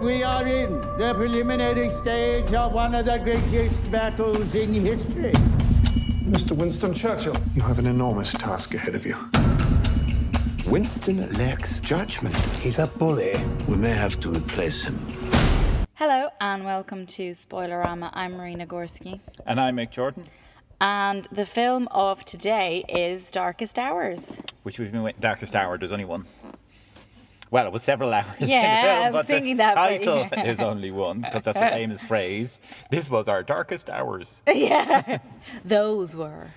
We are in the preliminary stage of one of the greatest battles in history. Mr. Winston Churchill. You have an enormous task ahead of you. Winston lacks judgment. He's a bully. We may have to replace him. Hello and welcome to Spoilerama. I'm Marina Gorski. And I'm Mick Jordan, And the film of today is Darkest Hours. which we've been waiting. Darkest Hour, there's only one. Well, it was several hours. in the Yeah, I film, was but the thinking that, but Title yeah. is only one because that's a famous phrase. This was our darkest hours. yeah. Those were.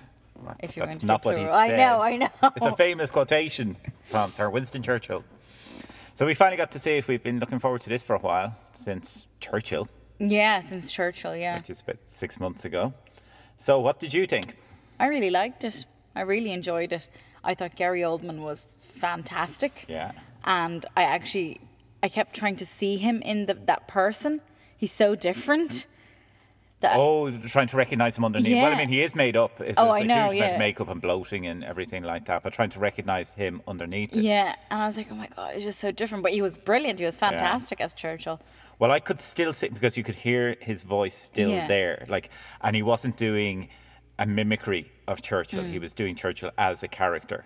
If you're that's going to not say what he plural. I know, said. I know. It's a famous quotation from Sir Winston Churchill. So we finally got to see if we've been looking forward to this for a while since Churchill, yeah, since Churchill, yeah. which is about six months ago. So what did you think? I really liked it. I really enjoyed it. I thought Gary Oldman was fantastic. Yeah. And I actually I kept trying to see him in the, that person. He's so different. That Mm-hmm. Oh, trying to recognise him underneath. Well, Yeah. I mean, he is made up. It's, Oh, it's I a know, Huge amount yeah. of makeup and bloating and everything like that. But trying to recognise him underneath. it. Yeah, and I was like, oh my god, it's just so different. But he was brilliant. He was fantastic as Churchill. Well, I could still sit because you could hear his voice still Yeah. there. Like, and he wasn't doing a mimicry of Churchill. Mm. He was doing Churchill as a character.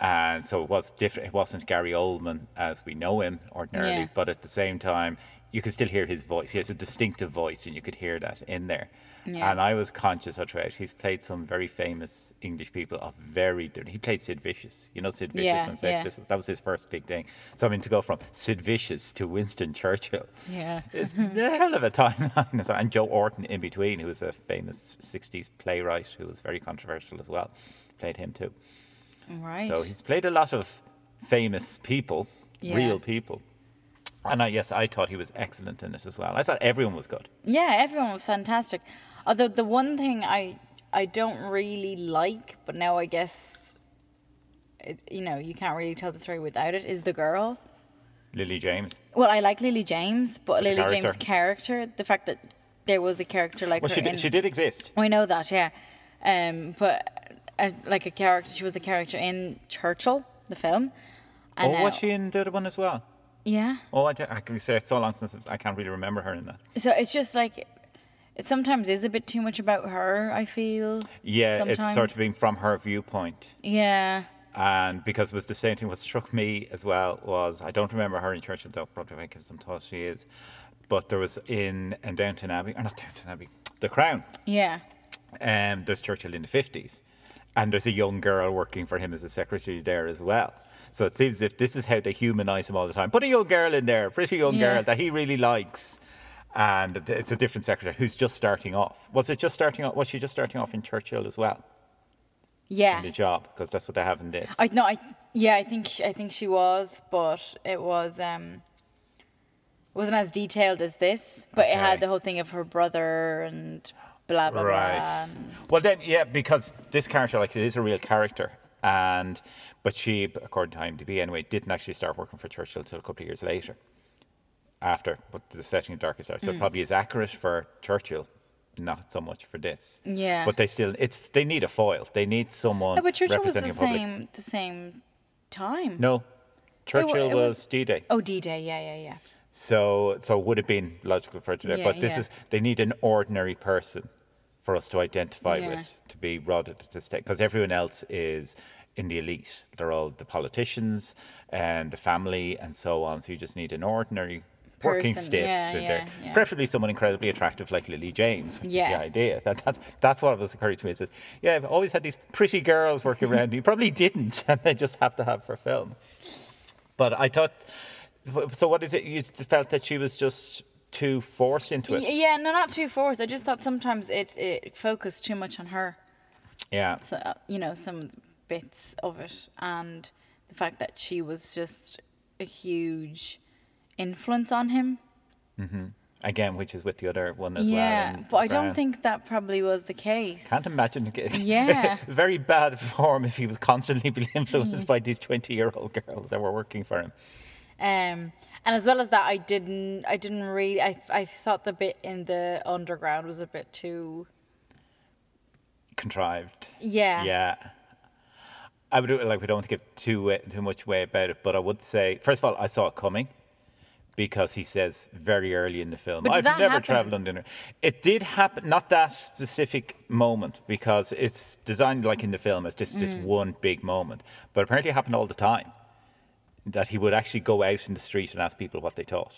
And so it was different. It wasn't Gary Oldman as we know him ordinarily, Yeah. but at the same time, you could still hear his voice. He has a distinctive voice, and you could hear that in there. Yeah. And I was conscious of throughout. He's played some very famous English people of very different. He played Sid Vicious. You know Sid Vicious Yeah, from Sex yeah. Pistols? That was his first big thing. So I mean, to go from Sid Vicious to Winston Churchill, Yeah. it's Mm-hmm. a hell of a timeline. So- And Joe Orton in between, who was a famous '60s playwright who was very controversial as well, played him too. Right. So he's played a lot of famous people, Yeah. real people. And I, yes, I thought he was excellent in it as well. I thought everyone was good. yeah, everyone was fantastic. Although the one thing I I don't really like, but now I guess it, you know you can't really tell the story without it is the girl. Lily James. Well, I like Lily James, but The Lily James' character, the fact that there was a character like Well, her she in- did, she did exist. We know that, yeah. Um, but uh, like a character, she was a character in Churchill, the film. Oh, now- was she in the other one as well? Yeah. Oh, I, don't- I can say it's so long since I can't really remember her in that. So it's just like it sometimes is a bit too much about her. I feel. Yeah, it's sort sometimes. of being from her viewpoint. Yeah. And because it was the same thing, what struck me as well was I don't remember her in Churchill, though, probably if I give some thought she is. But there was in, in Downton Abbey, or not Downton Abbey, The Crown. Yeah. um, there's Churchill in the 50s, and there's a young girl working for him as a secretary there as well. So it seems as if this is how they humanize him all the time. Put a young girl in there, a pretty young Yeah. girl that he really likes. And th- it's a different secretary who's just starting off. Was it just starting off? Was she just starting off in Churchill as well? Yeah. In the job, because that's what they have in this. I no. I yeah. I think I think she was, but it was um. Wasn't as detailed as this, but it had Okay. the whole thing of her brother and blah blah blah. right. Well, then, yeah, because this character, like, it is a real character, and but she, according to IMDb, anyway, didn't actually start working for Churchill until a couple of years later, after but the setting of Darkest Hour. So Hmm. it probably is accurate for Churchill, not so much for this. Yeah. But they still, it's they need a foil. They need someone No, but Churchill was representing the a public. same. The same time. No, Churchill it was, was- D-Day. Oh, D Day. Yeah, yeah, yeah. So, so it would have been logical for it to do. Yeah, but this yeah. is they need an ordinary person for us to identify Yeah. with to be rather to stay because everyone else is in the elite. They're all the politicians and the family and so on. So you just need an ordinary working Person, stiff yeah, in yeah, there, yeah. preferably someone incredibly attractive like Lily James, which is Yeah. the idea. That, that's that's what was occurring to me. Is that, yeah, I've always had these pretty girls working around. you probably didn't, and they just have to have for film. But I thought, so what is it? You felt that she was just too forced into Y- it. Yeah, no, not too forced. I just thought sometimes it, it focused too much on her. Yeah. So, uh, you know, some bits of it. And the fact that she was just a huge influence on him. Again, which is with the other one as well. yeah, in but I don't Brown. think that probably was the case. Can't imagine. it- Yeah. Mm. Very bad form if he was constantly being influenced by these twenty-year-old girls that were working for him. Um, and as well as that, I didn't, I didn't really, I, I thought the bit in the underground was a bit too, Contrived. yeah. Yeah. I would like we don't want to give too uh, too much way about it, but I would say first of all I saw it coming because he says very early in the film, But did "I've that never happen? traveled on dinner." It did happen, not that specific moment, because it's designed like in the film as just Mm. this one big moment. But apparently, it happened all the time that he would actually go out in the street and ask people what they thought.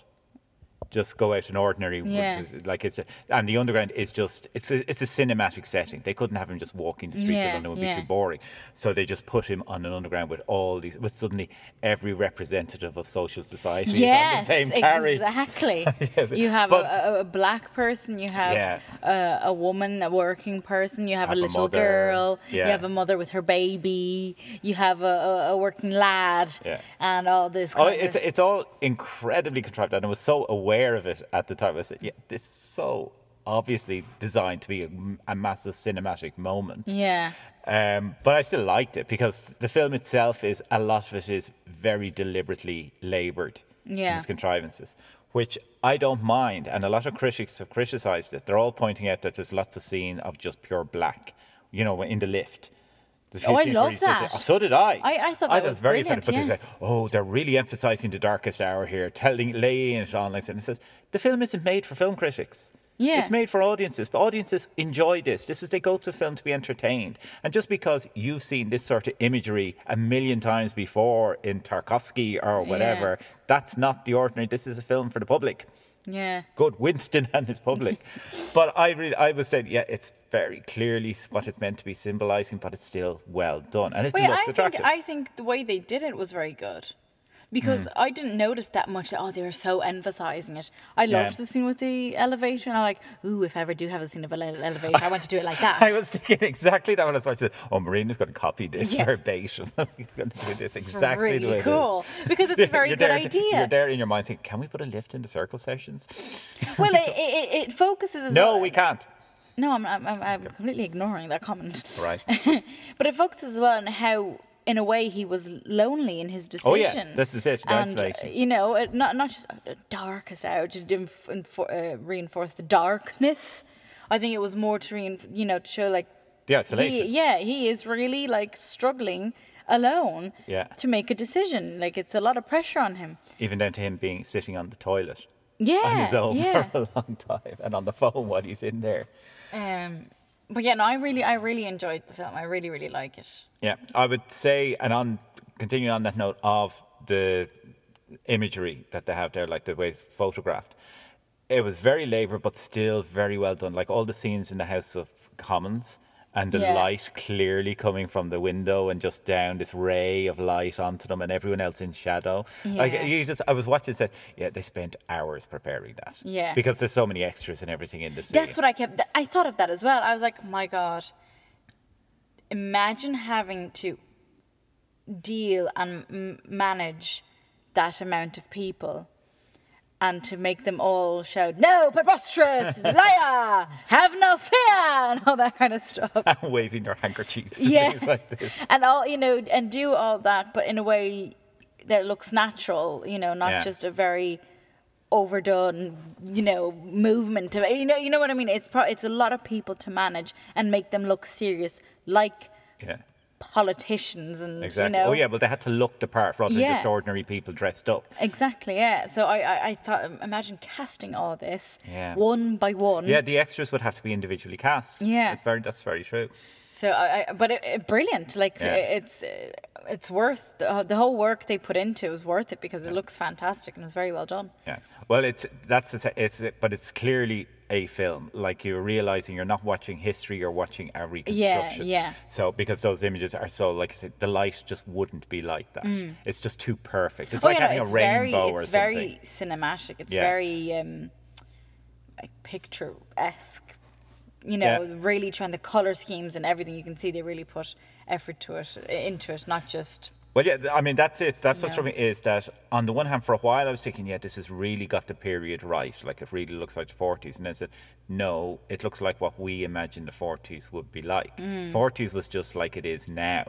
Just go out in ordinary, Yeah. like it's a, and the underground is just it's a it's a cinematic setting. They couldn't have him just walking the streets of Yeah, London; it would yeah. be too boring. So they just put him on an underground with all these, with suddenly every representative of social society Yes, is on the same carriage. exactly. Yeah, you have but- a, a, a black person, you have Yeah. a, a woman, a working person, you have, Have a a little mother, girl, you yeah. have a mother with her baby, you have a, a, a working lad, Yeah. and all this. Oh, kind it's of- it's all incredibly contrived, and I was so aware of it at the time. I said, "Yeah, this is so obviously designed to be a, a massive cinematic moment." yeah, Um, but I still liked it because the film itself is a lot of it is very deliberately laboured Yeah. in its contrivances, which I don't mind. And a lot of critics have criticised it. They're all pointing out that there's lots of scene of just pure black, you know, in the lift. There's a few Oh, I scenes where love he's just- that. so did I. I- I thought that was brilliant, But they yeah. say, oh, they're really emphasising the darkest hour here, telling laying it on like that." And it says the film isn't made for film critics. Yeah. It's made for audiences. But audiences enjoy this. This is they go to film to be entertained. And just because you've seen this sort of imagery a million times before in Tarkovsky or whatever, that's not the ordinary. This is a film for the public. yeah. Good Winston and his public. but I really I was saying, yeah, it's very clearly what it's meant to be symbolizing, but it's still well done. And it Wait, looks I attractive. think I think the way they did it was very good. Because Hmm. I didn't notice that much. that, Oh, they were so emphasizing it. I Yeah. loved the scene with the elevator, and I'm like, ooh, if I ever do have a scene of an ele- elevator, I want to do it like that. I was thinking exactly that when I was watching it. Oh, Marina's going to copy this Yeah. verbatim. He's going to do this It's exactly the way really it is. cool because it's a very You're good there- You're idea. there in your mind thinking, can we put a lift into circle sessions? Well, it, it, it- it focuses as well. No, we can't. No, I'm, I'm, I'm- I'm completely ignoring that comment. Right. but it focuses as well on how, in a way, he was lonely in his decision. Oh, yeah. This is it, the And, isolation. uh, you know, it, not not just uh, darkest hour to inf- infor- uh, reinforce the darkness. I think it was more to reinf- you know to show like The isolation. He, yeah, he is really like struggling alone. Yeah. To make a decision, like it's a lot of pressure on him. Even down to him being sitting on the toilet Yeah. on his own yeah. for a long time and on the phone while he's in there. Um, but yeah, no, I really, I really enjoyed the film. I really, really like it. Yeah, I would say, and on continuing on that note of the imagery that they have there, like the way it's photographed, it was very labour, but still very well done. Like all the scenes in the House of Commons and the Yeah. light clearly coming from the window and just down this ray of light onto them and everyone else in shadow. Like Yeah. you just, I was watching and said, yeah, they spent hours preparing that. Yeah. Because there's so many extras and everything in the scene. That's what I kept. th- I thought of that as well. I was like, my God, imagine having to deal and m- manage that amount of people. And to make them all shout, no, preposterous, liar, have no fear, and all that kind of stuff. Waving their handkerchiefs Yeah. and things like this. and all you know and do all that but in a way that looks natural you know not Yeah. just a very overdone you know movement of, you know you know what i mean it's pro- it's a lot of people to manage and make them look serious like Yeah. politicians and Exactly. you know Oh yeah, but they had to look the part rather than just Yeah. ordinary people dressed up. exactly yeah so I, I i thought imagine casting all this Yeah. one by one Yeah, the extras would have to be individually cast. Yeah. it's very that's very true. So, I, I but it, it, brilliant. Like Yeah. it- it's uh, it's worth the, the whole work they put into it was worth it because it looks fantastic and it was very well done. Yeah. Well, it's that's the se- it's but it's clearly a film. Like you're realizing you're not watching history, you're watching a reconstruction. yeah. So because those images are so like I said, the light just wouldn't be like that. Mm. It's just too perfect. It's like no, having Oh, it's a rainbow very, or It's something. very cinematic. It's Yeah. very um, like picturesque. You know, Yeah. really trying the color schemes and everything. You can see they really put effort to it, into it, not just Well, yeah, th- I mean, that's it. That's what Yeah. struck me is that on the one hand, for a while, I was thinking, yeah, this has really got the period right. Like, it really looks like the 40s. And then I said, no, it looks like what we imagine the 40s would be like. Mm. 40s was just like it is now.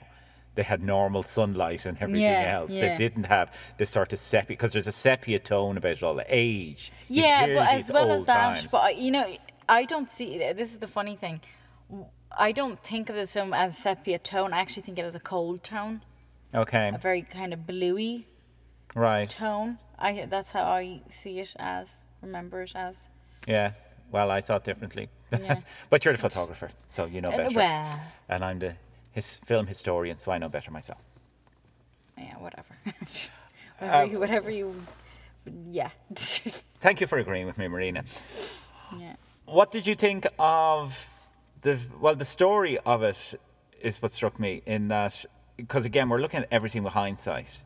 They had normal sunlight and everything Yeah, else. yeah. They didn't have this sort of sepia, because there's a sepia tone about it all, the age. You Yeah, clearly but see as it's well as old that, times. but I- you know, I don't see. uh, This is the funny thing. I don't think of this film as sepia tone. I actually think it as a cold tone, okay. a very kind of bluey Right. tone. I that's how I see it as remember it as. Yeah. Well, I saw it differently. Yeah. but you're the photographer, so you know Uh, better. well. And I'm the his film historian, so I know better myself. Yeah, whatever. whatever, Um, you, whatever you. Yeah. Thank you for agreeing with me, Marina. yeah. What did you think of the well, the story of it is what struck me in that because again we're looking at everything with hindsight.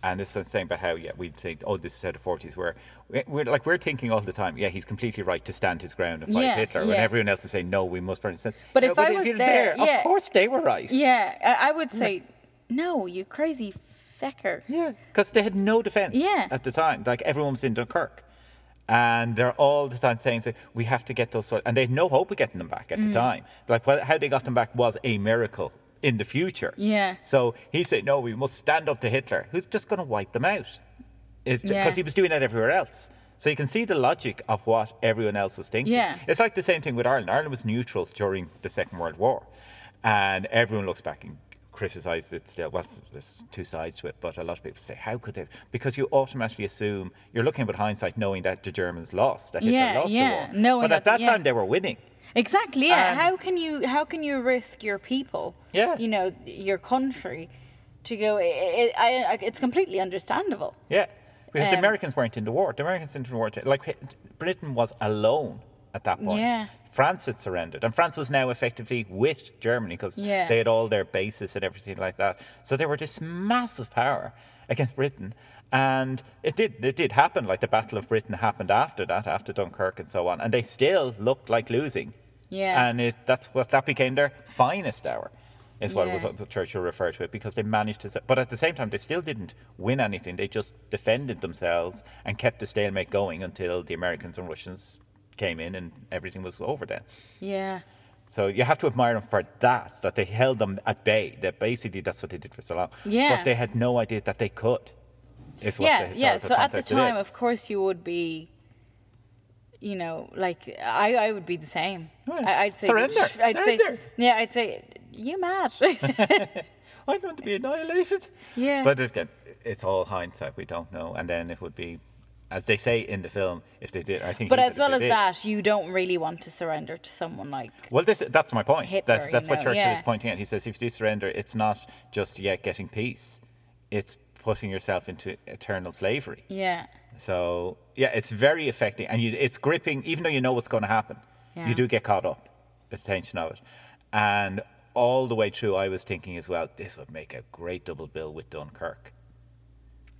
And this is saying about how yeah we think oh this is how the forties were We- we're like we're thinking all the time yeah he's completely right to stand his ground and fight Yeah, Hitler when yeah. everyone else is saying no we must burn it down." But No, if I was you're there, yeah. of course they were right Yeah, I, I would say, no, you crazy fecker. Yeah, because they had no defense Yeah. at the time. Like everyone was in Dunkirk, and they're all the time saying, so "We have to get those," sol-" and they had no hope of getting them back at Mm. the time. Like well, how they got them back was a miracle in the future. Yeah. So he said, "No, we must stand up to Hitler, who's just going to wipe them out," because Yeah. he was doing that everywhere else. So you can see the logic of what everyone else was thinking. Yeah. It's like the same thing with Ireland. Ireland was neutral during the Second World War, and everyone looks back and criticises it still. Well, it's- there's two sides to it, but a lot of people say, how could they? Because you automatically assume you're looking with hindsight, knowing that the Germans lost, that Hitler Yeah, lost yeah, the war. knowing but at that- that yeah. time they were winning. Exactly. Yeah. And- how can you how can you risk your people? Um, Yeah. You know your country, to go. i i I, I, it's completely understandable. Yeah, because the Um, Americans weren't in the war. The Americans didn't war. Like Britain was alone at that point. Yeah. France had surrendered, and France was now effectively with Germany because Yeah. they had all their bases and everything like that. So they were this massive power against Britain, and it did it did happen. Like the Battle of Britain happened after that, after Dunkirk and so on, and they still looked like losing. Yeah. and it, that's what that became their finest hour. Is what it was Yeah. the Churchill referred to it because they managed to, but at the same time, they still didn't win anything. They just defended themselves and kept the stalemate going until the Americans and Russians came in and everything was over then. Yeah. So you have to admire them for that, that they held them at bay. That basically that's what they did for so long. Yeah. But they had no idea that they could. Is what yeah, the yeah. historical So at the context it time, is. of course, you would be, you know, like I, I would be the same. Yeah. I, I'd say Surrender. I'd Surrender. say yeah. I'd say you mad. I want to be annihilated. Yeah. But again, it's all hindsight. We don't know. And then it would be, as they say in the film, if they did, I think. but he as said if well they as that, did- you don't really want to surrender to someone like Well, this, that's my point. Hitler, that, that's you what know, Churchill is yeah. pointing out. He says, if you surrender, it's not just yet getting peace, it's putting yourself into eternal slavery. yeah, So yeah, it's very affecting, and you, it's gripping. Even though you know what's going to happen, Yeah. you do get caught up with the tension of it. And all the way through, I was thinking as well, this would make a great double bill with Dunkirk.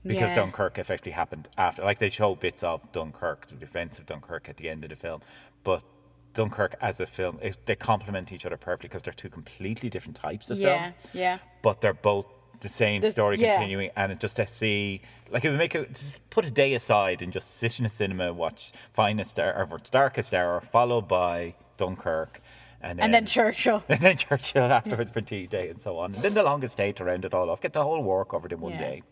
Because Yeah. Dunkirk effectively happened after, like they show bits of Dunkirk, the defense of Dunkirk at the end of the film, but Dunkirk as a film, it, they complement each other perfectly because they're two completely different types of yeah, film yeah. but they're both the same There's- story yeah. continuing and it just to see like it would make it just put a day aside and just sit in a cinema watch finest hour or darkest hour followed by dunkirk and then, And then Churchill. and then churchill afterwards for tea day and so on and then the longest day to round it all off get the whole war covered in one Yeah. day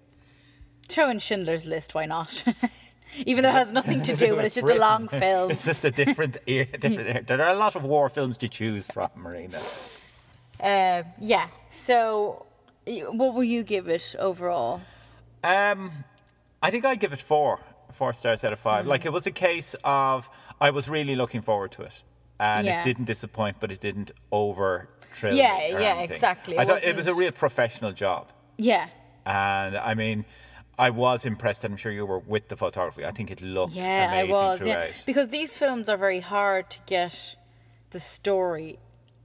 Throw in Schindler's List, why not? Even though it has nothing to do, but it's just a long film. it's just a different era, different era. there are a lot of war films to choose from marina Uh, yeah. So, y- what will you give it overall? Um, I think I'd give it four, four stars out of five. Like Mm. it was a case of I was really looking forward to it, and Yeah. it didn't disappoint, but it didn't over thrill. Yeah, me or yeah, anything. exactly. I It thought it was a wasn't- real professional job, Yeah. and I mean, I was impressed, and I'm sure you were with the photography. I think it looked Yeah, I amazing was. throughout. Yeah, because these films are very hard to get the story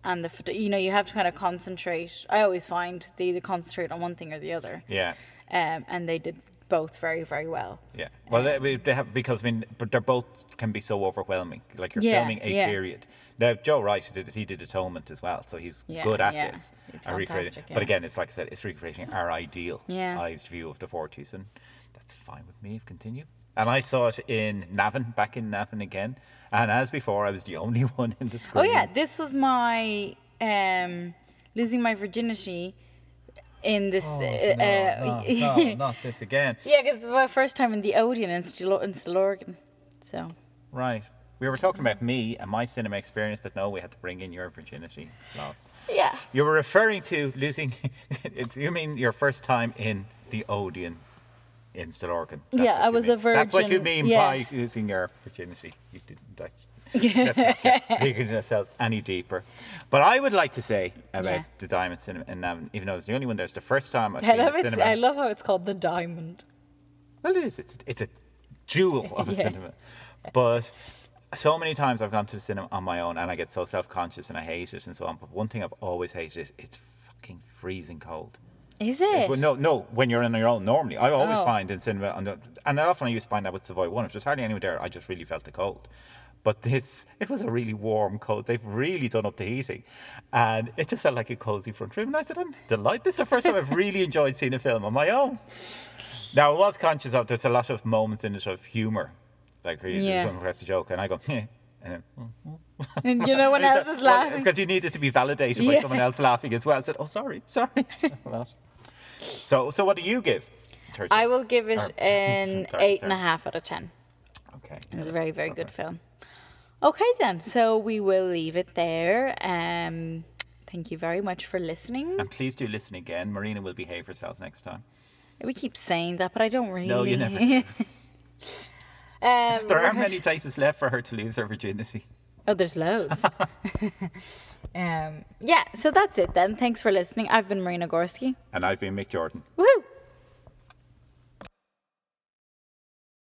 and the photo- you know you have to kind of concentrate. I always find they either concentrate on one thing or the other. Yeah. Um, and they did both very very well. Yeah. Well, they, they have because I mean, but they're both can be so overwhelming. Like you're Yeah, filming a yeah. period. Now Joe Wright did he did Atonement as well, so he's Yeah, good at yeah. this. It's and recreating- fantastic, But yeah. again, it's like I said, it's recreating our idealized Yeah. view of the forties, and that's fine with me. If continue. And I saw it in Navan, back in Navan again. And as before, I was the only one in the Oh screen. yeah, this was my um, losing my virginity in this. uh, uh, Oh, No, no, not this again. yeah, 'cause it's my first time in the Odeon in Still in Stillorgan. So Right. We were talking about me and my cinema experience, but no, we had to bring in your virginity loss. yeah, You were referring to losing. you mean your first time in the Odeon in Stillorgan. That's Yeah, what I you was mean. a That's what you virgin, mean yeah. by using your virginity. You didn't actually. Let's not get digging ourselves any deeper. But I would like to say about Yeah. the Diamond Cinema, and um, even though it's the only one there's the first time I've I seen love, a it's, cinema. I love how it's called the diamond. Well, it is. It's, it's a jewel of a Yeah. cinema. But so many times I've gone to the cinema on my own and I get so self conscious and I hate it and so on. But one thing I've always hated is it's fucking freezing cold. Is it? Well, no, no, when you're on your own normally. I always Oh. find in cinema, and, uh, and often I used to find that with Savoy 1, if there's hardly anyone there, I just really felt the cold. But this, it was a really warm cold. They've really done up the heating. And it just felt like a cozy front room. And I said, I'm delighted. This is the first time I've really enjoyed seeing a film on my own. Now, I was conscious of there's a lot of moments in it of humour. Like, where you Yeah. yeah. someone cracks a joke, and I go, "Heh," and then, And you know what else is laughing? because you needed to be validated Yeah. by someone else laughing as well. I said, "Oh, sorry, sorry." That. so, so what do you give? Turtle? I will give it Or- an Sorry, eight and a sorry. half out of ten. Okay, It's a very, very good film. Okay, then. So we will leave it there. Um, thank you very much for listening. And please do listen again. Marina will behave herself next time. We keep saying that, but I don't really. No, you never. do. Um, there are right. many places left for her to lose her virginity. Oh, there's loads. um, yeah, so that's it then. Thanks for listening. I've been Marina Gorski. And I've been Mick Jordan. Woo!